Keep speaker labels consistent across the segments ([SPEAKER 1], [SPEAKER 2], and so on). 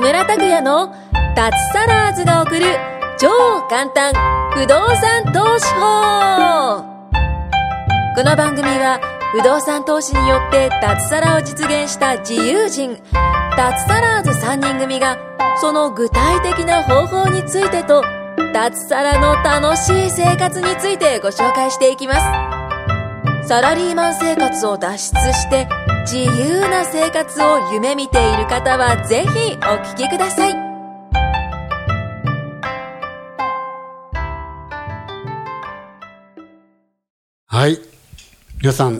[SPEAKER 1] 村拓哉の脱サラーズが送る超簡単不動産投資法この番組は不動産投資によって脱サラを実現した自由人脱サラーズ3人組がその具体的な方法についてと脱サラの楽しい生活についてご紹介していきますサラリーマン生活を脱出して自由な生活を夢見ている方はぜひお聞きください
[SPEAKER 2] はい。皆さん、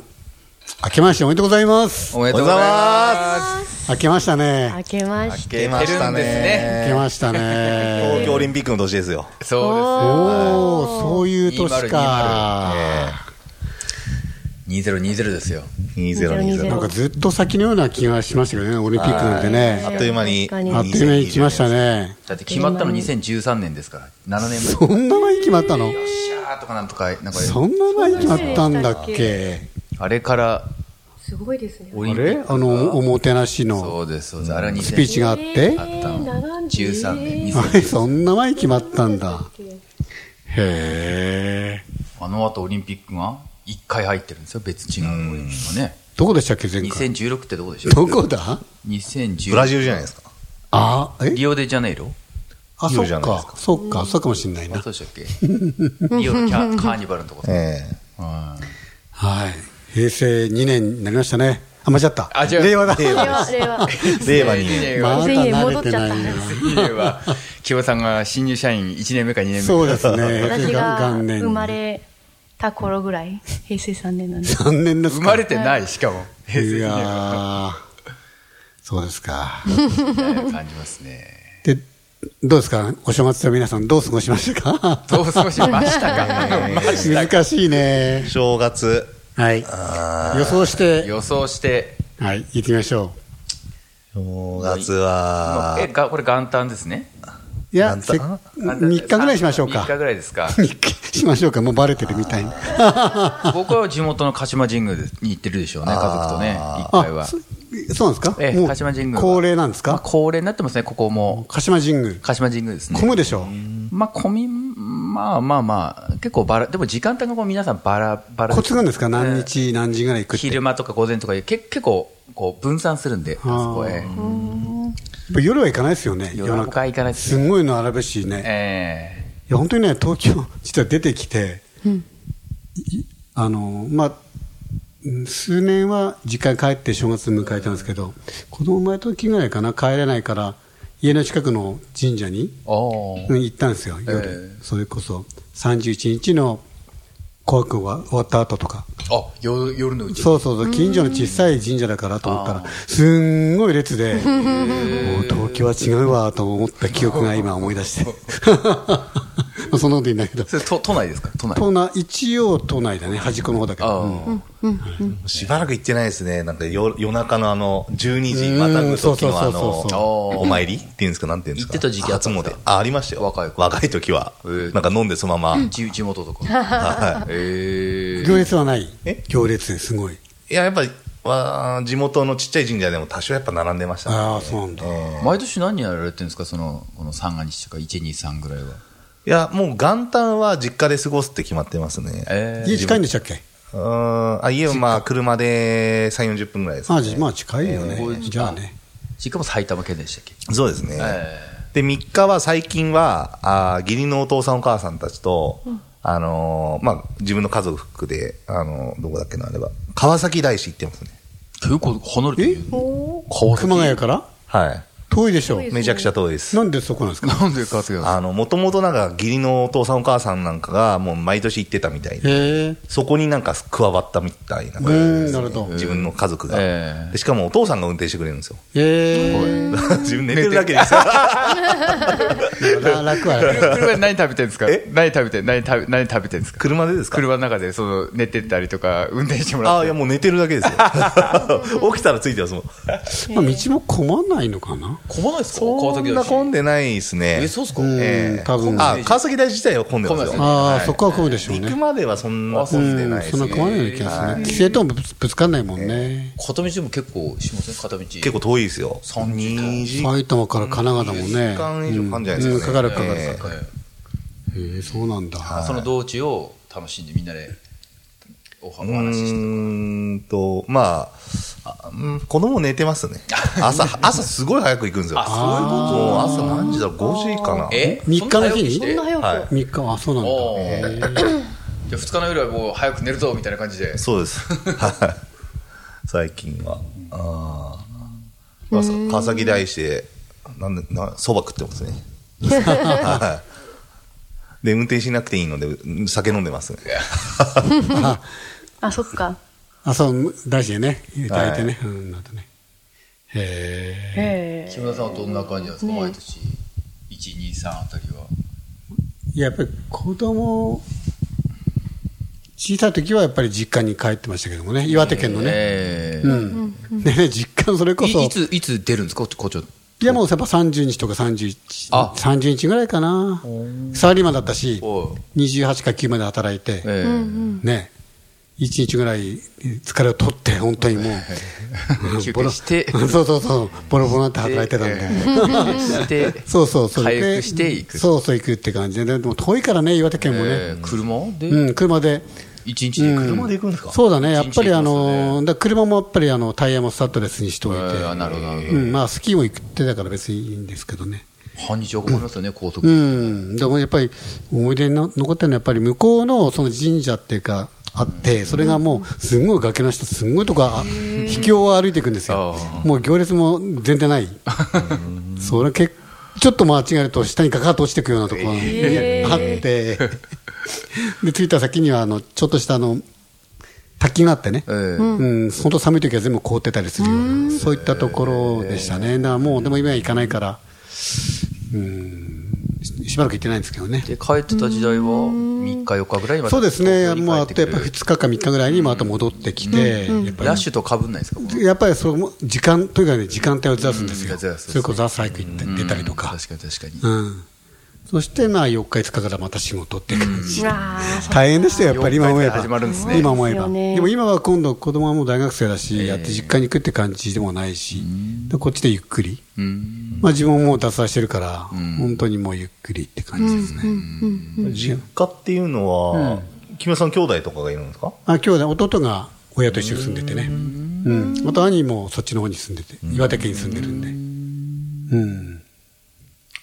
[SPEAKER 2] 明けましておめでとうございます。
[SPEAKER 3] おめでとうございます。
[SPEAKER 2] 明けましたね。
[SPEAKER 4] 開けまし
[SPEAKER 3] 明けま
[SPEAKER 5] 明け
[SPEAKER 3] した
[SPEAKER 5] てるんです
[SPEAKER 2] 明け
[SPEAKER 3] ね。
[SPEAKER 2] ました
[SPEAKER 3] 東
[SPEAKER 2] ね。
[SPEAKER 3] 京オリンピックの年ですよ。
[SPEAKER 5] そ
[SPEAKER 2] おー、そういう年か。
[SPEAKER 5] うです。2020ですよ。
[SPEAKER 2] なん
[SPEAKER 3] 2020。
[SPEAKER 2] かずっと先のような気がしましたけどね、オリンピックなんて
[SPEAKER 3] あっ
[SPEAKER 2] ね。
[SPEAKER 3] という間に。
[SPEAKER 4] 確かに
[SPEAKER 2] あっという間に来ました。ね。
[SPEAKER 5] だって決まったの2013年ですから、7年
[SPEAKER 2] そんな前に決まったの
[SPEAKER 5] 前。シャーとかなんとか、なんか、
[SPEAKER 2] そんな前に決まったんだっけ
[SPEAKER 5] あれから
[SPEAKER 4] すごいですね。
[SPEAKER 5] オ
[SPEAKER 2] あ
[SPEAKER 5] リンピッ
[SPEAKER 2] れ
[SPEAKER 5] ク。
[SPEAKER 2] あの、おもてなしの
[SPEAKER 5] そうです、そうです。あれは
[SPEAKER 2] スピーチ
[SPEAKER 5] 2013
[SPEAKER 2] があって。
[SPEAKER 5] 年。
[SPEAKER 2] あ
[SPEAKER 5] 2000
[SPEAKER 2] れ、そんな前に決まったんだ。へえ。
[SPEAKER 5] あの後オリンピックが1回入ってるんですよ、別違うオリンピックがね。
[SPEAKER 2] どこでしたっけ、前回。
[SPEAKER 5] 2016ってどこでしょ
[SPEAKER 2] どこだ
[SPEAKER 5] ?2016。
[SPEAKER 3] ブラジルじゃないですか。
[SPEAKER 2] あ、え
[SPEAKER 5] リオデジャネイロ
[SPEAKER 2] あ、
[SPEAKER 3] リ
[SPEAKER 2] そ
[SPEAKER 3] オ
[SPEAKER 2] っ
[SPEAKER 3] じゃないです
[SPEAKER 2] か
[SPEAKER 3] か、
[SPEAKER 2] そっか、そうかもしれない
[SPEAKER 5] あ
[SPEAKER 2] な。
[SPEAKER 5] そうでしたっけリオのキャカーニバルのとこ。
[SPEAKER 3] ええ。
[SPEAKER 5] うん
[SPEAKER 2] はい。平成2年になりましたね。あ、間違った。
[SPEAKER 5] あ違う
[SPEAKER 2] 令和だ。
[SPEAKER 4] 令和、令和。
[SPEAKER 3] 令和にね。
[SPEAKER 2] まだ
[SPEAKER 4] 2000円
[SPEAKER 2] 慣
[SPEAKER 4] 戻っ
[SPEAKER 2] れて
[SPEAKER 4] ちゃ
[SPEAKER 2] な
[SPEAKER 4] った
[SPEAKER 2] いよ。
[SPEAKER 5] 家は木尾さんが新入社員1年目か2年目
[SPEAKER 2] そうですね。
[SPEAKER 4] 私が
[SPEAKER 2] 元年
[SPEAKER 4] 生まれた頃ぐらい、平成3年なんで。
[SPEAKER 2] 元年です
[SPEAKER 5] 生
[SPEAKER 2] か。
[SPEAKER 5] まれてないしかも平
[SPEAKER 2] い
[SPEAKER 5] 成
[SPEAKER 2] や
[SPEAKER 5] 2年
[SPEAKER 2] ーそうですか。
[SPEAKER 5] みたいな感じますね
[SPEAKER 2] で、どうですかお正月の皆さん、どう過ごしましたか
[SPEAKER 5] どう過ごしましたかまあ
[SPEAKER 2] 難しいね。
[SPEAKER 3] 正月。
[SPEAKER 2] はい。予想して、
[SPEAKER 5] 予想して
[SPEAKER 2] はい、行ってみましょ
[SPEAKER 3] 正月は
[SPEAKER 5] え、がこれ元旦ですね
[SPEAKER 2] う。いや、
[SPEAKER 3] なんと
[SPEAKER 2] せ3日ぐらいしましょうか。
[SPEAKER 5] 3日ぐら いですか
[SPEAKER 2] 3日しましょうか。もうバレてるみた いな。
[SPEAKER 5] 僕は地元の鹿島神宮に行ってるでしょうね家族とね一回は
[SPEAKER 2] あそそうなんですか、
[SPEAKER 5] ええ
[SPEAKER 2] もう
[SPEAKER 5] 鹿島神宮は
[SPEAKER 2] 恒例なんです
[SPEAKER 5] まあ
[SPEAKER 2] か、
[SPEAKER 5] 恒例になってますねここも
[SPEAKER 2] 鹿島神宮、
[SPEAKER 5] 鹿島神宮ですね
[SPEAKER 2] 混むでしょ
[SPEAKER 5] まあ混みまあまあまあ結構バラでも時間帯がこう皆さんバラバ
[SPEAKER 2] う、
[SPEAKER 5] ラ
[SPEAKER 2] コツがあるんですか、何日、何時ぐらい行くって、や
[SPEAKER 5] 昼間とか午前とかけ結構こう分散するんで、あそこへ。
[SPEAKER 2] っぱ夜は行かないですよね、
[SPEAKER 5] 夜中は行かないです
[SPEAKER 2] すごいのあらべしね、
[SPEAKER 5] ええ
[SPEAKER 2] いや本当にね、東京、 実は出てきて、いあのまあ、うん数年は実家に帰って正月迎えたんですけど、子供生まれた時ぐらいかな、帰れないから、家の近くの神社に
[SPEAKER 5] おー
[SPEAKER 2] うん行ったんですよ、夜、
[SPEAKER 5] え
[SPEAKER 2] それこそ31日の紅白が終わった後とか。
[SPEAKER 5] あ、夜夜のうち。
[SPEAKER 2] そうそうそう、近所の小さい神社だからと思ったら、すんごい列で、もう東京は違うわと思った記憶が今思い出して。そんなこといいんだけど。
[SPEAKER 5] それ都都内ですか都内。
[SPEAKER 2] 都内、一応都内だね、端っこの方だけ
[SPEAKER 5] あ
[SPEAKER 2] ど。
[SPEAKER 5] ー
[SPEAKER 3] しばらく行ってないですね。なんか夜夜中のあの、12時またぐ時のあ
[SPEAKER 2] うんそうそうそうそう
[SPEAKER 3] の、お参りっていうんですか、なんていうんですか。
[SPEAKER 5] 行ってた時期あった
[SPEAKER 3] 初
[SPEAKER 5] んです
[SPEAKER 3] 詣
[SPEAKER 5] か。
[SPEAKER 3] あ、ありましたよ。
[SPEAKER 5] 若い頃
[SPEAKER 3] 若い時は
[SPEAKER 5] へえ。
[SPEAKER 3] なんか飲んでそのま ま。
[SPEAKER 5] 地地元と か。
[SPEAKER 3] はい。
[SPEAKER 5] ええ
[SPEAKER 2] 行列はない
[SPEAKER 3] え。
[SPEAKER 2] 行列ですごい。
[SPEAKER 3] いや、やっぱり、わー地元のちっちゃい神社でも多少やっぱ並んでましたね。
[SPEAKER 2] ああ、そうなんだ。
[SPEAKER 5] 毎年何やられてるんですかその、この三が日とか、1、2、3ぐらいは。
[SPEAKER 3] いや、もう元旦は実家で過ごすって決まってますね。
[SPEAKER 5] ええ
[SPEAKER 2] 家近いんでしたっけ
[SPEAKER 3] うーんあ家はまあ車で3、40分ぐらいですか、
[SPEAKER 2] あ
[SPEAKER 3] ね。
[SPEAKER 2] じゃあまあ近いよ
[SPEAKER 5] え
[SPEAKER 2] ね。
[SPEAKER 5] ー
[SPEAKER 2] じゃあね。
[SPEAKER 5] 実家も埼玉県でしたっけ
[SPEAKER 3] そうですね。
[SPEAKER 5] え
[SPEAKER 3] で、3日は最近は、あー義理のお父さんお母さんたちと、あのーまあ自分の家族で、あのーどこだっけな、あれば、川崎大師行ってますね。
[SPEAKER 5] 結構離れてるよ。川崎
[SPEAKER 2] 熊谷から
[SPEAKER 3] は
[SPEAKER 2] 遠いでしょ。
[SPEAKER 3] い。めちゃくちゃ遠いです。
[SPEAKER 2] なんでそこなんですか
[SPEAKER 5] なんで川崎が
[SPEAKER 3] あの、もともとなんか義理のお父さんお母さんなんかがもう毎年行ってたみたいで、
[SPEAKER 2] へえ。
[SPEAKER 3] そこになんか加わったみたいな感じ
[SPEAKER 2] う
[SPEAKER 3] で
[SPEAKER 2] ん
[SPEAKER 3] す
[SPEAKER 2] な
[SPEAKER 3] ね、
[SPEAKER 2] るほど
[SPEAKER 3] 自分の家族が、
[SPEAKER 5] ええ
[SPEAKER 3] で。しかもお父さんが運転してくれるんですよ。
[SPEAKER 2] へえ。
[SPEAKER 3] 自分寝てるだけですよ。
[SPEAKER 2] ら楽は楽。
[SPEAKER 5] 車で何食べてるんですか
[SPEAKER 3] え
[SPEAKER 5] 何食べて、何食べ、何食べてるんですか
[SPEAKER 3] 車でですか
[SPEAKER 5] 車の中で、その、寝てったりとか、運転してもら
[SPEAKER 3] あ
[SPEAKER 5] っ
[SPEAKER 3] あ、い
[SPEAKER 5] て。
[SPEAKER 3] やもう寝てるだけですよ。起きたらついてますもん。
[SPEAKER 2] まあ道も混まないのかな
[SPEAKER 5] 混まないですか川
[SPEAKER 3] そ
[SPEAKER 5] 崎
[SPEAKER 3] ん
[SPEAKER 5] だ
[SPEAKER 3] な
[SPEAKER 5] し。
[SPEAKER 3] 混んでないですね。
[SPEAKER 5] え、そうっすか
[SPEAKER 2] うん
[SPEAKER 3] ええ
[SPEAKER 2] 多分
[SPEAKER 3] あ、川崎大自体は混んでますよ。
[SPEAKER 5] 混んでますね
[SPEAKER 2] ああ、
[SPEAKER 3] はい
[SPEAKER 2] そこは混むでしょう
[SPEAKER 3] 行
[SPEAKER 2] ね
[SPEAKER 3] く。まではそんな
[SPEAKER 5] あそ
[SPEAKER 3] 混んで
[SPEAKER 2] う、
[SPEAKER 3] なんいで
[SPEAKER 2] そ
[SPEAKER 3] す
[SPEAKER 2] んな
[SPEAKER 3] ね。
[SPEAKER 2] 困るような気がするね。規制ともぶつぶつかんないもんね。
[SPEAKER 5] 片道でも結構しません片道。
[SPEAKER 3] 結構遠いですよ。
[SPEAKER 5] 三時間
[SPEAKER 3] 二時間
[SPEAKER 2] 埼玉から神奈川だもんね。
[SPEAKER 3] 2時間以上かかんじゃないで
[SPEAKER 2] うん
[SPEAKER 3] すかね
[SPEAKER 2] うんかかるかかる。
[SPEAKER 3] ええ
[SPEAKER 5] はい
[SPEAKER 2] へえそうなんだ。
[SPEAKER 5] その道中を楽しんでみんなでおはお
[SPEAKER 3] う
[SPEAKER 5] 話しして。
[SPEAKER 3] ーんと、まあ、あうん子供寝てますね。朝、朝すごい早く行くんですよ。
[SPEAKER 5] あそういうこ
[SPEAKER 3] もう朝何時だろう ?5 時かな
[SPEAKER 5] と。え
[SPEAKER 2] 三日の日に
[SPEAKER 5] そんな早起きして
[SPEAKER 3] はい。
[SPEAKER 2] 3日は、あそうなんだ。
[SPEAKER 5] おー
[SPEAKER 2] へえ
[SPEAKER 5] じゃあ二日の夜はもう早く寝るぞみたいな感じで。
[SPEAKER 3] そうです。はい最近は。あーまあそう川崎大師で、なんで、な、蕎麦食ってますね。はいで、運転しなくていいので、うん酒飲んでますね。
[SPEAKER 2] あ
[SPEAKER 4] あ、そっか。
[SPEAKER 2] あ、そう、大事でね。
[SPEAKER 3] はい
[SPEAKER 2] 抱いてね。うん、なんとね。へえ。
[SPEAKER 4] へ
[SPEAKER 5] 木
[SPEAKER 4] え。
[SPEAKER 5] 村さんはどんな感じなんですか
[SPEAKER 4] ね
[SPEAKER 5] 毎年。一二三あたりは。
[SPEAKER 2] いや、やっぱり子供、小さい時はやっぱり実家に帰ってましたけどもね。岩手県のね。
[SPEAKER 5] え
[SPEAKER 2] う
[SPEAKER 5] え。
[SPEAKER 2] ん。でね、実家のそれこそ。
[SPEAKER 5] いいつ、いつ出るんですか校長。
[SPEAKER 2] いやもうやっぱ30日とか31
[SPEAKER 5] あ
[SPEAKER 2] 30日ぐらいかなサラリーマンだったし
[SPEAKER 5] おう
[SPEAKER 2] 28か9まで働いて、
[SPEAKER 5] ええ。
[SPEAKER 2] ね1日ぐらい疲れを取って本当にもう
[SPEAKER 5] 休憩し て
[SPEAKER 2] そうそうそうボロボロになって働いてたんで、
[SPEAKER 5] して、
[SPEAKER 2] そうそうそれで
[SPEAKER 5] 回復していく
[SPEAKER 2] そうそう行くって感じででも遠いからね岩手県もね、
[SPEAKER 5] えー車で、
[SPEAKER 2] うん、車で
[SPEAKER 5] 一日で
[SPEAKER 2] うん
[SPEAKER 5] 車で行くんですか、
[SPEAKER 2] そうだねやっぱりあの、
[SPEAKER 5] 一日で行きますね
[SPEAKER 2] だから車もやっぱりあのタイヤもスタッドレスにしておいて、
[SPEAKER 5] えーなるほどなるほ
[SPEAKER 2] う
[SPEAKER 5] ど、
[SPEAKER 2] んまあ、スキーも行ってたから別にいいんですけどね
[SPEAKER 5] 半日は困りますよね、高速、
[SPEAKER 2] うん、でもやっぱり思い出にの残ってるのはやっぱり向こうのその神社っていうかあってそれがもうすごい崖の下すごいとこあ秘境を歩いていくんですよ
[SPEAKER 5] あ
[SPEAKER 2] もう行列も全然ないそれ結ちょっと間違えると下にかかって落ちていくようなところがあってで着いた先にはあのちょっとしたあの滝があってね、
[SPEAKER 5] ええ
[SPEAKER 2] うん、本当寒い時は全部凍ってたりするような、そういったところでしたね。だからもう、でも今は行かないから、うん、ししばらく行ってないんですけどね。
[SPEAKER 5] で帰ってた時代は3日4日ぐらいま
[SPEAKER 2] そうですね、
[SPEAKER 5] も
[SPEAKER 2] もうあとやっぱり2日か3日ぐらいにまた戻ってきて、やっぱ
[SPEAKER 5] ラッシュとかぶんないですか、
[SPEAKER 2] り、やっぱりその時間、とにかくね時間帯をずらすんです
[SPEAKER 5] う
[SPEAKER 2] よ。
[SPEAKER 5] んずらす
[SPEAKER 2] それこそ朝早く行って出たりとか。
[SPEAKER 5] 確かに確かに、
[SPEAKER 2] うん。そして、まあ、4日、5日からまた仕事って感じ
[SPEAKER 4] う。わーそっか
[SPEAKER 2] 大変でしたよ、やっぱり今思えば。
[SPEAKER 5] 四日から始まるんですね
[SPEAKER 2] 今思えば。
[SPEAKER 4] そうですよね
[SPEAKER 2] でも今は今度子供はもう大学生だし、やって実家に行くって感じでもないし、でこっちでゆっくり。
[SPEAKER 5] うん
[SPEAKER 2] まあ自分ももう脱サラしてるから、
[SPEAKER 5] ん
[SPEAKER 2] 本当にもうゆっくりって感じですね。
[SPEAKER 3] 実家っていうのは、木村さん兄弟とかがいるんですか
[SPEAKER 2] あ今日ね、弟が親と一緒に住んでてね。うん。あと兄もそっちの方に住んでて、岩手県に住んでるんで。うん。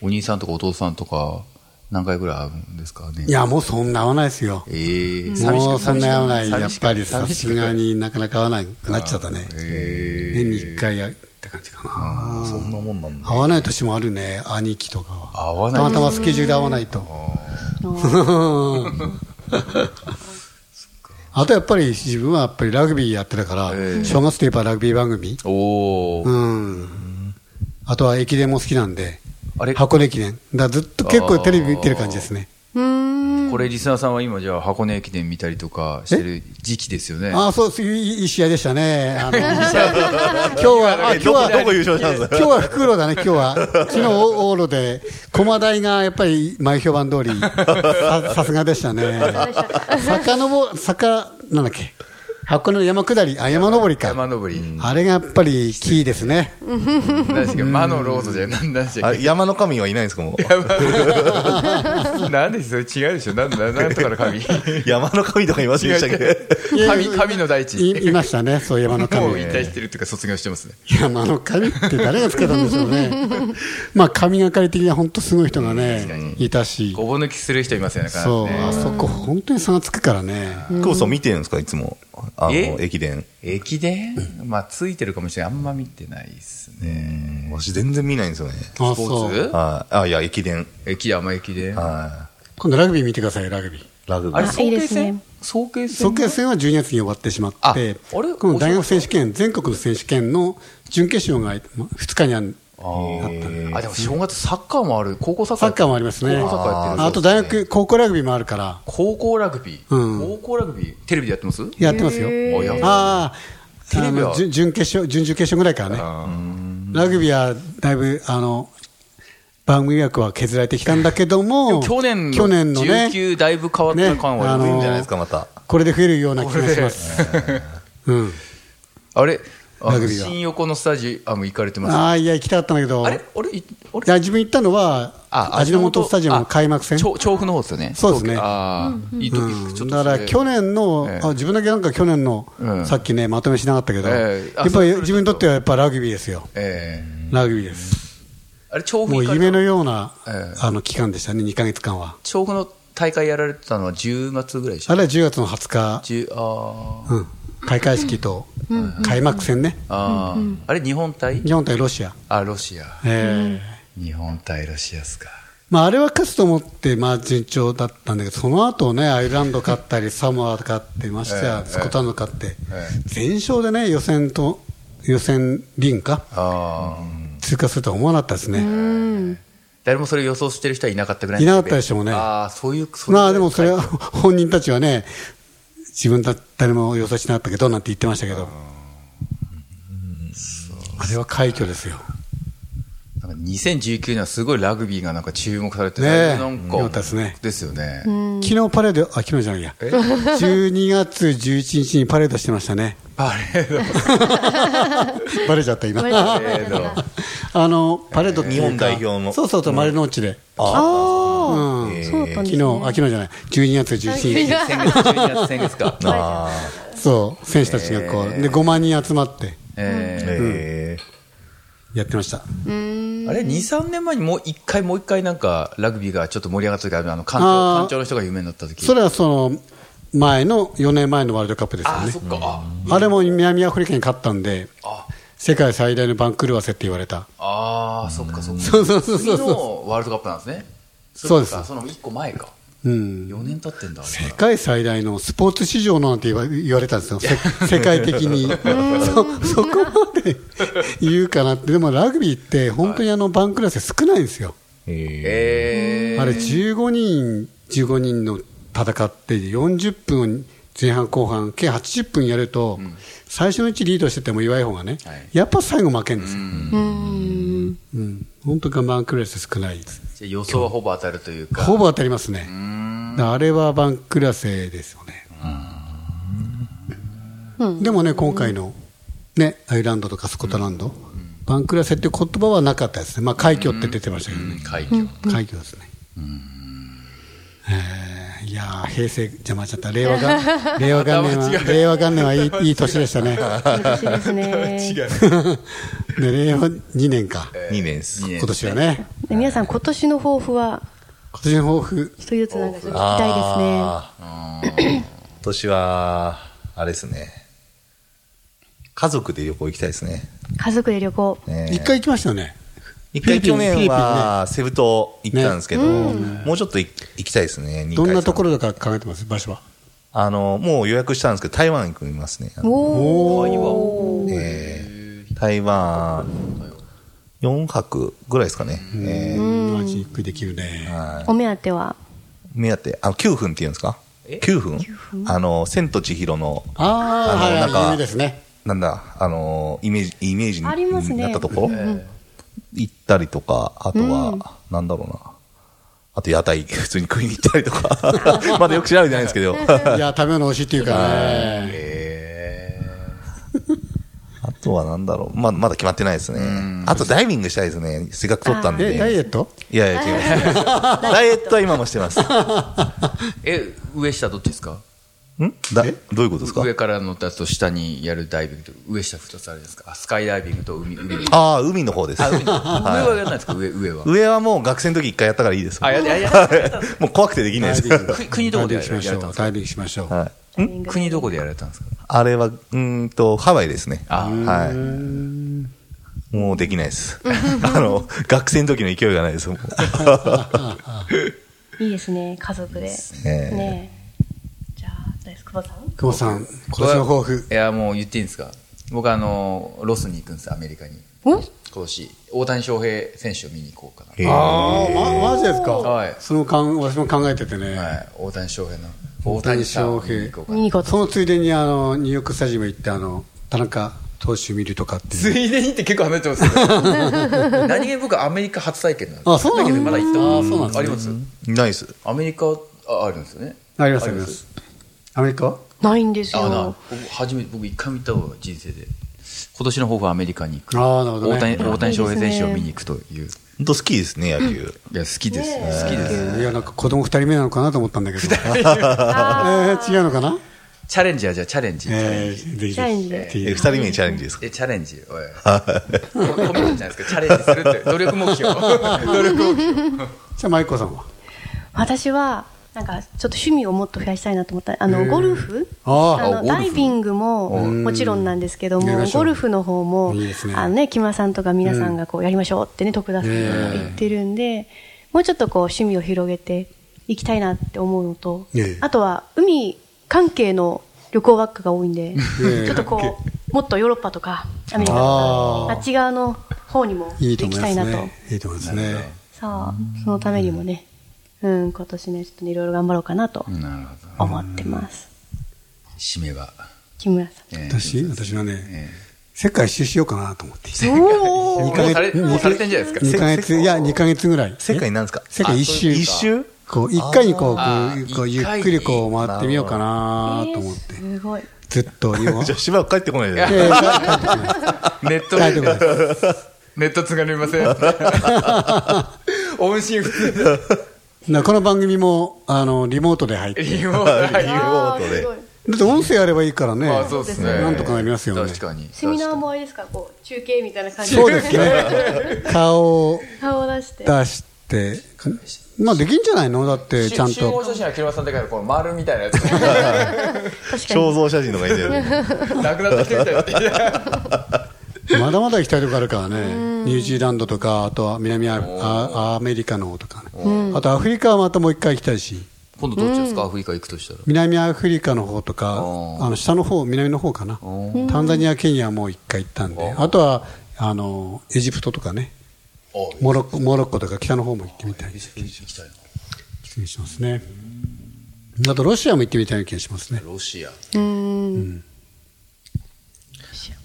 [SPEAKER 5] お兄さんとかお父さんとか何回ぐらい会うんですかね
[SPEAKER 2] いや、もうそんな合わないですよ。
[SPEAKER 5] ええ寂し
[SPEAKER 2] もう
[SPEAKER 5] く
[SPEAKER 2] そんな合わない。や
[SPEAKER 5] 寂
[SPEAKER 2] っ
[SPEAKER 5] しく
[SPEAKER 2] ぱりさ
[SPEAKER 5] 寂しく
[SPEAKER 2] すがになかなか合わなくなっちゃったね。
[SPEAKER 5] ええ
[SPEAKER 2] 年に1回やって感じかな。
[SPEAKER 3] そんなもんなんだ。
[SPEAKER 2] 合わない年もあるね兄貴とかは
[SPEAKER 5] 合わ
[SPEAKER 2] たま
[SPEAKER 5] ない
[SPEAKER 2] たまスケジュールで合わないとあとやっぱり自分はやっぱりラグビーやってたから、
[SPEAKER 5] ええ
[SPEAKER 2] 正月といえばラグビー番組
[SPEAKER 5] おお、
[SPEAKER 2] うんあとは駅伝も好きなんで
[SPEAKER 5] あれ
[SPEAKER 2] 箱根駅伝だからずっと結構テレビ見てる感じですね
[SPEAKER 4] うーん。
[SPEAKER 5] これリスナーさんは今じゃあ箱根駅伝見たりとかしてる時期ですよね
[SPEAKER 2] ああそうですいいいい試合でしたねあの 今日 はあ
[SPEAKER 3] え
[SPEAKER 2] 今日は
[SPEAKER 3] どこどこ優勝したんですか
[SPEAKER 2] 今日は袋だね、今日は、昨日往路で、駒台がやっぱり前評判通り、ささすがでしたね、坂のぼ坂、なんだっけ、箱根の山下り、あ山登り
[SPEAKER 5] 山
[SPEAKER 2] か、
[SPEAKER 5] 登り、
[SPEAKER 2] あれがやっぱりキーですね、
[SPEAKER 5] 何でしたっけ魔のロードじゃ何でした
[SPEAKER 3] あ
[SPEAKER 5] っけ
[SPEAKER 3] 山の神はいないんですかもう。
[SPEAKER 5] 何でそれ違うでしょ何なんとかの神違
[SPEAKER 3] 山の神とかいませんでしたっ
[SPEAKER 5] う
[SPEAKER 3] け
[SPEAKER 5] 違う神神の大地
[SPEAKER 2] いいましたね、そういう山の
[SPEAKER 5] も
[SPEAKER 2] 神
[SPEAKER 5] う引退してるっていうか卒業してますね
[SPEAKER 2] 山の神って誰がつけたんでしょうね、 まあ神がかり的には本当すごい人がね、いたし、
[SPEAKER 5] ごぼ抜きする人いますよね必ず
[SPEAKER 2] そう、
[SPEAKER 5] ね
[SPEAKER 2] あそこ、本当に差がつくからね。
[SPEAKER 3] 久保さん見てるんですかいつも。あの、
[SPEAKER 5] え
[SPEAKER 3] 駅伝。
[SPEAKER 5] 駅伝まあついてるかもしれないあんま見てないっすね
[SPEAKER 3] 私全然見ないんですよね。
[SPEAKER 2] あ
[SPEAKER 5] スポー
[SPEAKER 2] そう
[SPEAKER 5] ツ
[SPEAKER 3] ああ、いや、駅伝。
[SPEAKER 5] 駅山駅伝
[SPEAKER 3] は
[SPEAKER 2] 今度ラグビー見てください、ラグビー。
[SPEAKER 3] い。ラグビ
[SPEAKER 5] あれ
[SPEAKER 3] ー。
[SPEAKER 5] 早
[SPEAKER 4] いい
[SPEAKER 5] 慶
[SPEAKER 4] ですね
[SPEAKER 5] 戦早慶戦
[SPEAKER 2] 総決戦は12月に終わってしま
[SPEAKER 5] あ
[SPEAKER 2] っ
[SPEAKER 5] あれ
[SPEAKER 2] て、この大学選手権、全国の選手権の準決勝が2日にある
[SPEAKER 5] あでも正月サッカーもある高校サッカ
[SPEAKER 2] サ
[SPEAKER 5] ー
[SPEAKER 2] ッカーもありますね、
[SPEAKER 5] 高校サッカーやってる
[SPEAKER 2] ああと大学、高校ラグビーもあるから、
[SPEAKER 5] 高校ラグビー、
[SPEAKER 2] う
[SPEAKER 5] 高校ラグビーテレビでやってます
[SPEAKER 2] やってますよ、
[SPEAKER 5] あやっぱ
[SPEAKER 2] ああ、
[SPEAKER 5] テレ
[SPEAKER 2] あ
[SPEAKER 5] ビは
[SPEAKER 2] の準準決勝、準々決勝ぐらいからね、ラグビーはだいぶあの番組枠は削られてきたんだけど
[SPEAKER 5] で
[SPEAKER 2] も
[SPEAKER 5] も去年
[SPEAKER 2] 去年
[SPEAKER 5] の
[SPEAKER 2] のね
[SPEAKER 5] 19だいぶ変わった感はあります
[SPEAKER 2] ね
[SPEAKER 3] いい
[SPEAKER 2] あ
[SPEAKER 3] ん
[SPEAKER 2] の
[SPEAKER 3] じゃないですか、また。
[SPEAKER 2] これで増えるような気がします。うん、
[SPEAKER 5] あれあ
[SPEAKER 2] ラグビーは
[SPEAKER 5] 新横のスタジアム行かれて ます
[SPEAKER 2] ああいや行きたかったんだけど
[SPEAKER 5] あれ俺い俺
[SPEAKER 2] いや自分行ったのは味の素スタジアムの開幕戦
[SPEAKER 5] あ調調布の方ですよね。
[SPEAKER 2] そうですね
[SPEAKER 5] ああ、いいとこ行くちょっと
[SPEAKER 2] だから去年の、
[SPEAKER 5] ええ
[SPEAKER 2] あ自分だけなんか去年の、
[SPEAKER 5] うん
[SPEAKER 2] さっきね、まとめしなかったけど、
[SPEAKER 5] ええあ
[SPEAKER 2] やっぱ
[SPEAKER 5] そう
[SPEAKER 2] り自分にとってはやっぱラグビーですよ、
[SPEAKER 5] ええ
[SPEAKER 2] ラグビーです、
[SPEAKER 5] あれ調布
[SPEAKER 2] も
[SPEAKER 5] 行
[SPEAKER 2] う
[SPEAKER 5] かれ
[SPEAKER 2] 夢
[SPEAKER 5] た
[SPEAKER 2] のような、
[SPEAKER 5] ええ
[SPEAKER 2] あの期間でしたね、2か月間は。
[SPEAKER 5] 調布の大会やられてたのは10月ぐらいでし
[SPEAKER 2] あ
[SPEAKER 5] ょ。
[SPEAKER 2] れは10月の20日、
[SPEAKER 5] 10あー
[SPEAKER 2] うん、開会式と開幕戦ね、
[SPEAKER 5] あー、あれ日本対
[SPEAKER 2] 日本対ロシア、
[SPEAKER 5] あロシア。
[SPEAKER 2] ええ
[SPEAKER 5] 日本対ロシアっすか。
[SPEAKER 2] まあ、あれは勝つと思って、まあ、順調だったんだけど、その後ね、アイルランド勝ったり、サモア勝って、ましてや、スコットランド勝って、全勝でね、予選と、予選リンか、
[SPEAKER 5] ああ、
[SPEAKER 2] 通過するとは思わなかったですね。
[SPEAKER 5] 誰もそれ予想してる人はいなかったぐらい。
[SPEAKER 2] いなかったでしょうね
[SPEAKER 5] ああ、そういうそれぐらい
[SPEAKER 2] まあでもそれは本人たちはね、自分だ誰も予想しなかったけどなんて言ってましたけど、あれは快挙ですよ。
[SPEAKER 5] なんか2019年はすごいラグビーがなんか注目されて
[SPEAKER 2] ねえ
[SPEAKER 5] なん
[SPEAKER 2] よかったですね
[SPEAKER 5] ですよね。
[SPEAKER 2] 昨日パレード、あ、昨日じゃないや、12月11日にパレードしてました ね。
[SPEAKER 5] パレード。
[SPEAKER 2] バレちゃった今。
[SPEAKER 5] パレード。
[SPEAKER 2] あの、パレードっていうか
[SPEAKER 3] 日本代表の
[SPEAKER 2] そうそうそう、丸の内で。
[SPEAKER 6] ああ、そうだったんで
[SPEAKER 2] 昨日、
[SPEAKER 6] すね。
[SPEAKER 2] あ、昨日じゃない、12月11日。
[SPEAKER 5] 先月、12月、先月か。
[SPEAKER 3] あ
[SPEAKER 2] そう、選手たちがこう、で、5万人集まって
[SPEAKER 5] えー
[SPEAKER 3] ーえ
[SPEAKER 2] やってました。
[SPEAKER 5] あれ、2、3年前にもう一回、もう一回なんか、ラグビーがちょっと盛り上がった時あるあの、館
[SPEAKER 2] あ
[SPEAKER 5] 長、
[SPEAKER 2] ー
[SPEAKER 5] 館長の人が有名になった時。
[SPEAKER 2] それはその、前の、4年前のワールドカップですよね。
[SPEAKER 5] あー、そっか。あ
[SPEAKER 2] あれも南アフリカに勝ったんで、世界最大の番狂わせって言われた。
[SPEAKER 5] あー、そっか、そっか。
[SPEAKER 2] そうそうそうそう
[SPEAKER 5] 次のワールドカップなんですね。
[SPEAKER 2] そうです
[SPEAKER 5] っかその1個前か。
[SPEAKER 2] うん。
[SPEAKER 5] 4年経ってんだ、あれ
[SPEAKER 2] 世界最大のスポーツ市場なんて言わ言われたんです よ、せ世界的に。そそこまで言うかなって、でもラグビーって本当にあの番狂わせ少ないんですよ。
[SPEAKER 3] え
[SPEAKER 5] えー、
[SPEAKER 2] あれ15人、15人の戦って40分前半後半、計80分やると、最初のうちリードしてても弱い方がね、
[SPEAKER 5] はい
[SPEAKER 2] やっぱ最後負けんですよ。うん。本当が番狂わせ少ないです。
[SPEAKER 5] じゃあ予想はほぼ当たるというか。
[SPEAKER 2] ほぼ当たりますね。だからあれは番狂わせですよね。でもね、今回の、ね、アイルランドとかスコットランド、番狂わせっていう言葉はなかったですね。まあ、快挙って出てましたけどね。
[SPEAKER 5] 快挙。
[SPEAKER 2] 快挙ですね。えーいやー平成邪魔しちゃった令和が 令和元年は令和元年はいいいい年でしたね。
[SPEAKER 6] 昔です ね。
[SPEAKER 2] で令和2年か
[SPEAKER 3] ー、2年です。
[SPEAKER 5] 二年
[SPEAKER 2] 今年はね
[SPEAKER 6] で皆さん、今年の抱負は、
[SPEAKER 2] 今年の抱負
[SPEAKER 6] 一つずつなんか聞きたいですね。
[SPEAKER 3] あー今年は、あれですね。家族で旅行行きたいですね。
[SPEAKER 6] 家族で旅行。
[SPEAKER 3] ね
[SPEAKER 2] 一回行きましたよね。
[SPEAKER 3] 一
[SPEAKER 2] フ
[SPEAKER 3] 回
[SPEAKER 2] ィリピン
[SPEAKER 3] 去年は
[SPEAKER 2] フ
[SPEAKER 3] セブ島行ったんですけど、もうちょっと行行きたいですね。二
[SPEAKER 2] ど
[SPEAKER 3] 回
[SPEAKER 2] んなところだか考えてます場所は。
[SPEAKER 3] あの、もう予約したんですけど、台湾行きますね。
[SPEAKER 6] おお。
[SPEAKER 3] えー台湾、4泊ぐらいですかね。えー
[SPEAKER 2] マジゆっくりできるね。
[SPEAKER 6] お目当ては
[SPEAKER 3] 目当て、あの、9分って言うんですか ?9 分あの、千と千尋の、
[SPEAKER 2] あ
[SPEAKER 3] あの
[SPEAKER 2] あー
[SPEAKER 3] なん
[SPEAKER 2] はい
[SPEAKER 3] か
[SPEAKER 2] 夢です ね。
[SPEAKER 3] なんだ、あの、イメージ、イメージに
[SPEAKER 6] ありますね
[SPEAKER 3] なったところ、行ったりとか、あとは、なんだろうな。あと屋台、 普通に食いに行ったりとか。 まだよく調べてないんですけど。
[SPEAKER 2] いや食べ物美味しいっていうからね。
[SPEAKER 3] えーあとはなんだろう。まあ、まだ決まってないですね。あとダイビングしたいですね。せっかく撮ったんで。
[SPEAKER 2] えダイエット？
[SPEAKER 3] いやいや、違います。ダイエットは今もしてます。ん
[SPEAKER 5] え、上下どっちですか
[SPEAKER 3] だどういうことですか
[SPEAKER 5] 上から乗ったやつと下にやるダイビングと、上下2つあるじゃないですか。あスカイダイビングと海、海。
[SPEAKER 3] ああ、海の方です。
[SPEAKER 5] 上はやらないですか上、上は。
[SPEAKER 3] 上はもう学生の時一回やったからいいです。
[SPEAKER 5] あ、や、や、や、
[SPEAKER 3] もう怖くてできないです。
[SPEAKER 5] く国どこでやら
[SPEAKER 2] ダイビングしま
[SPEAKER 5] れ
[SPEAKER 2] しょう。
[SPEAKER 5] たんですか
[SPEAKER 2] ダイビングしましょう。
[SPEAKER 3] はい
[SPEAKER 5] 国どこでやられたんですか
[SPEAKER 3] あれは、うーんと、ハワイですね。
[SPEAKER 5] あー
[SPEAKER 3] はい。もうできないです。 あの、学生の時の勢いがない です。もう
[SPEAKER 6] いいですね、家族で。
[SPEAKER 3] ね
[SPEAKER 6] ねえじゃあ、大好きばさん
[SPEAKER 2] 久保さん今年の抱負
[SPEAKER 5] いや、もう言っていいんですか僕あの、ロスに行くんです、アメリカに。
[SPEAKER 6] お
[SPEAKER 5] 今年、大谷翔平選手を見に行こうか
[SPEAKER 3] えー
[SPEAKER 2] ああ、ま、マジですか、
[SPEAKER 5] はい
[SPEAKER 2] そのかん私も考えててね、
[SPEAKER 5] な。はい、大谷翔平の。
[SPEAKER 2] 大谷翔平
[SPEAKER 5] 大谷さんを見に行こうか
[SPEAKER 6] 見に行こうと。
[SPEAKER 2] そのついでにあのニューヨークスタジアム行ってあの田中投資を見るとかっていう
[SPEAKER 5] ついでにって結構話してますけ ど何気に僕アメリカ初体験なんです
[SPEAKER 2] あそうなん
[SPEAKER 5] だけどまだ行った
[SPEAKER 2] あそうなんですね
[SPEAKER 5] あります
[SPEAKER 3] ナイス。
[SPEAKER 5] アメリカああるんですよね
[SPEAKER 2] ありますありますアメリカは
[SPEAKER 6] ないんです
[SPEAKER 5] あな
[SPEAKER 6] よ。
[SPEAKER 5] 僕初めて僕一回見たわ人生で今年の抱負はアメリカに行く
[SPEAKER 2] ああなるほど
[SPEAKER 5] 大
[SPEAKER 2] ね
[SPEAKER 5] 谷大谷翔平選手を見に行くという
[SPEAKER 3] 本当好きですね、野球。
[SPEAKER 5] いや好きです好きです
[SPEAKER 2] いやなんか子供二人目なのかなと思ったんだけど、えー、違うのかな、
[SPEAKER 5] チャレンジはじゃあチャレンジチャレ
[SPEAKER 2] え
[SPEAKER 5] ンジ
[SPEAKER 2] ー、ぜひ
[SPEAKER 6] チャレンジで
[SPEAKER 2] ぜひ
[SPEAKER 3] え、二人目にチャレンジですか
[SPEAKER 5] えチャレンジおいココミットじゃないですかチャレンジするって努力目標努力目標
[SPEAKER 2] じゃあ舞子さんは
[SPEAKER 4] 私はなんかちょっと趣味をもっと増やしたいなと思ったあのゴルフ
[SPEAKER 2] あー
[SPEAKER 4] あ
[SPEAKER 5] あゴル
[SPEAKER 4] の
[SPEAKER 5] フ
[SPEAKER 4] ダイビングももちろんなんですけど
[SPEAKER 2] やりま
[SPEAKER 4] も
[SPEAKER 2] しょう
[SPEAKER 4] ゴルフの方も
[SPEAKER 2] いいですね
[SPEAKER 4] あのね木村さんとか皆さんがこうやりましょうってね徳田さんが言ってるんでもうちょっとこう趣味を広げていきたいなって思うのと
[SPEAKER 2] ええ
[SPEAKER 4] あとは海関係の旅行ばっかが多いんで
[SPEAKER 2] ええ
[SPEAKER 4] ちょっとこうもっとヨーロッパとかアメリカとか
[SPEAKER 2] あー
[SPEAKER 4] あっち側の方にも
[SPEAKER 2] いい
[SPEAKER 4] 行
[SPEAKER 2] と思
[SPEAKER 4] き
[SPEAKER 2] い
[SPEAKER 4] た
[SPEAKER 2] ます
[SPEAKER 4] いなと
[SPEAKER 2] ねいいと思いますね
[SPEAKER 4] さあ、そのためにもね、うん、今年ね、ちょっとねいろいろ頑張ろうかなと
[SPEAKER 5] なるほど
[SPEAKER 4] 思ってます。
[SPEAKER 5] 締めは
[SPEAKER 4] 木村さん。
[SPEAKER 5] えー
[SPEAKER 2] 私私はね
[SPEAKER 5] え
[SPEAKER 2] 世界一周しようかなと思って
[SPEAKER 5] ーもうされもうされてんじゃないですか
[SPEAKER 2] 2ヶ月いや2ヶ月ぐらい
[SPEAKER 3] 世界なんですか
[SPEAKER 2] 世界一周
[SPEAKER 3] あ一周
[SPEAKER 2] こう一回にこう
[SPEAKER 5] あー
[SPEAKER 2] こうこうゆ
[SPEAKER 5] 一
[SPEAKER 2] っ
[SPEAKER 5] 回に
[SPEAKER 2] くりこう回ってみようかなと思って
[SPEAKER 4] すごい。
[SPEAKER 2] ずっと日本
[SPEAKER 3] じゃあしばらく帰ってこないで。
[SPEAKER 2] えー
[SPEAKER 5] ネット
[SPEAKER 2] 帰ってこない
[SPEAKER 5] ネットつがりません音信不通
[SPEAKER 2] なこの番組もあのリモートで入って
[SPEAKER 5] リモート
[SPEAKER 3] リ
[SPEAKER 5] で
[SPEAKER 3] モート
[SPEAKER 4] す
[SPEAKER 3] で
[SPEAKER 4] ご。い。
[SPEAKER 2] だって音声あればいいからね
[SPEAKER 5] あそうですね
[SPEAKER 2] なんとかなりますよね
[SPEAKER 5] 確かに
[SPEAKER 4] セミナーもあれですか、こう、中継みたいな感じ
[SPEAKER 2] そうですね顔を
[SPEAKER 4] 顔を出して。
[SPEAKER 2] 出してまあできんじゃないのだってちゃん
[SPEAKER 5] 集合
[SPEAKER 2] と
[SPEAKER 5] 写真は木村さんでかいこの丸みたいなやつ
[SPEAKER 4] 確か
[SPEAKER 3] 肖
[SPEAKER 4] に。
[SPEAKER 3] 像写真とかいいんだよね。
[SPEAKER 5] なくなった人みたいな
[SPEAKER 2] まだまだ行きたいとこあるからねニュージーランドとかあとは南アあアメリカの方とかねあとアフリカはまたもう一回行きたいし
[SPEAKER 5] 今度どっちですかアフリカ行くとしたら
[SPEAKER 2] 南アフリカの方とか
[SPEAKER 5] おー
[SPEAKER 2] あの下の方南の方かなタンザニアケニアもう一回行ったんであとはあのエジプトとかねモロッコモロッコとか北の方も行ってみたい
[SPEAKER 5] 行きたいな
[SPEAKER 2] 気がしますねあとロシアも行ってみたいな気がしますね
[SPEAKER 5] ロシア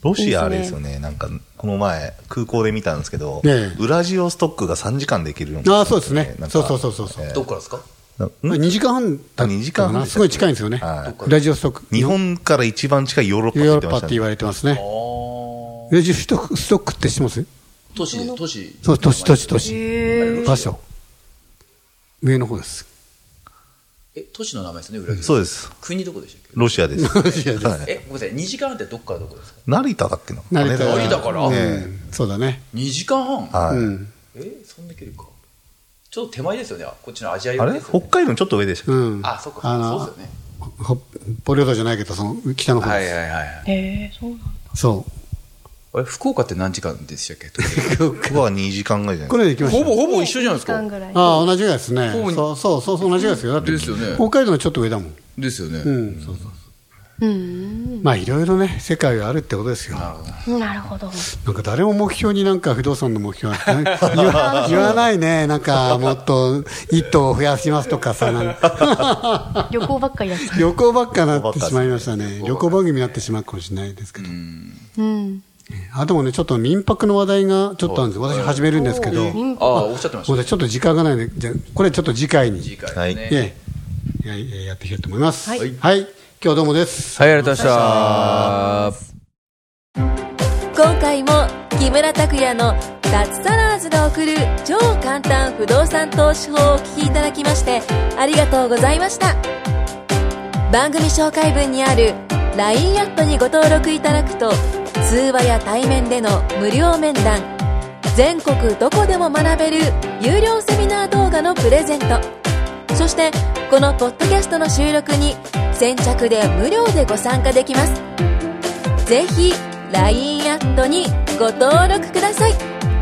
[SPEAKER 3] ロシアあれですよ ね。なんか、この前、空港で見たんですけど
[SPEAKER 2] ええ、
[SPEAKER 3] ウラジオストックが3時間できるように
[SPEAKER 2] あ
[SPEAKER 3] な
[SPEAKER 2] あ
[SPEAKER 3] った
[SPEAKER 2] そ
[SPEAKER 3] ん
[SPEAKER 2] うですね
[SPEAKER 3] なんか
[SPEAKER 2] そうそうそうそうそう
[SPEAKER 5] どっからですか
[SPEAKER 3] な
[SPEAKER 2] まあ
[SPEAKER 3] ん
[SPEAKER 2] 2時間半だった
[SPEAKER 3] 二時間
[SPEAKER 2] か
[SPEAKER 3] 半
[SPEAKER 2] な
[SPEAKER 3] でし
[SPEAKER 2] す
[SPEAKER 3] たっけ
[SPEAKER 2] ごい近いんですよね
[SPEAKER 3] は
[SPEAKER 2] ウラジオストック
[SPEAKER 3] 日本から一番近いヨーロッパって言
[SPEAKER 2] ヨ
[SPEAKER 3] っ
[SPEAKER 2] ー
[SPEAKER 3] て
[SPEAKER 2] ロッパ
[SPEAKER 3] まし
[SPEAKER 2] って
[SPEAKER 3] た
[SPEAKER 2] 言
[SPEAKER 3] ね。
[SPEAKER 2] われてますね
[SPEAKER 5] あー
[SPEAKER 2] ウラジオストックストックって知ってます
[SPEAKER 5] 都市で都市
[SPEAKER 2] そう都市都市都市場所上の方です
[SPEAKER 5] え都市の名前ですね裏切り
[SPEAKER 3] そうです。
[SPEAKER 5] 国どこでしたっけ
[SPEAKER 3] ロシ アです。はい
[SPEAKER 5] えごめんなさい2時間半ってどっからどこですか
[SPEAKER 3] 成田だっけな
[SPEAKER 2] 成田
[SPEAKER 5] 成田から
[SPEAKER 2] うんそうだね
[SPEAKER 5] 2時間半
[SPEAKER 3] はい
[SPEAKER 5] えそんな距離かちょっと手前ですよねこっちのアジア
[SPEAKER 3] あ
[SPEAKER 5] 寄り
[SPEAKER 3] れ
[SPEAKER 5] です
[SPEAKER 3] 北
[SPEAKER 5] よね
[SPEAKER 3] 海道のちょっと上でしたっけ
[SPEAKER 2] うん
[SPEAKER 5] あそっか
[SPEAKER 2] あの
[SPEAKER 5] そうですよね
[SPEAKER 2] ほ北方領土じゃないけどその北の方です
[SPEAKER 5] はいはい
[SPEAKER 6] ええ、そうなんだ。
[SPEAKER 2] そう
[SPEAKER 5] あれ福岡って何時間でしたっけ
[SPEAKER 3] 僕は2時間ぐらいじゃない
[SPEAKER 2] これで行きまし
[SPEAKER 5] ほ
[SPEAKER 2] た
[SPEAKER 5] ぼほぼ一緒じゃないです
[SPEAKER 4] 時間
[SPEAKER 5] か
[SPEAKER 4] ぐらい。
[SPEAKER 2] ああ同じぐらいですね
[SPEAKER 5] ほぼ
[SPEAKER 2] そうそうそうそう同じぐらいですよだって
[SPEAKER 5] ですよね
[SPEAKER 2] 北海道のちょっと上だもん
[SPEAKER 5] ですよね
[SPEAKER 2] うんそうそうそうまあいろいろね世界があるってことですよ
[SPEAKER 6] なるほど。
[SPEAKER 2] なんか誰も目標になんか不動産の目標 はな言わ言わないね、なんかもっと一頭を増やしますとかさ、なんか
[SPEAKER 4] 旅行ばっかりだった。
[SPEAKER 2] 旅行ばっかなってしまいましたね、旅行番組になってしまうかもしれないですけど、
[SPEAKER 4] うん。
[SPEAKER 2] あともね、ちょっと民泊の話題がちょっとあるんです私、始めるんですけど、も
[SPEAKER 5] ああおっしゃってました
[SPEAKER 2] うねちょっと時間がないので、じゃあこれちょっと次回に、
[SPEAKER 5] 次回ですね
[SPEAKER 2] ええややっていきたいと思います。
[SPEAKER 4] はい
[SPEAKER 2] はい、今日はどうもです。
[SPEAKER 5] はいありがとうございました
[SPEAKER 1] 今回も木村拓哉の脱サラーズが送る超簡単不動産投資法をお聞きいただきましてありがとうございました番組紹介文にある LINE アットにご登録いただくと通話や対面での無料面談全国どこでも学べる有料セミナー動画のプレゼントそしてこのポッドキャストの収録に先着で無料でご参加できますぜひ LINE アットにご登録ください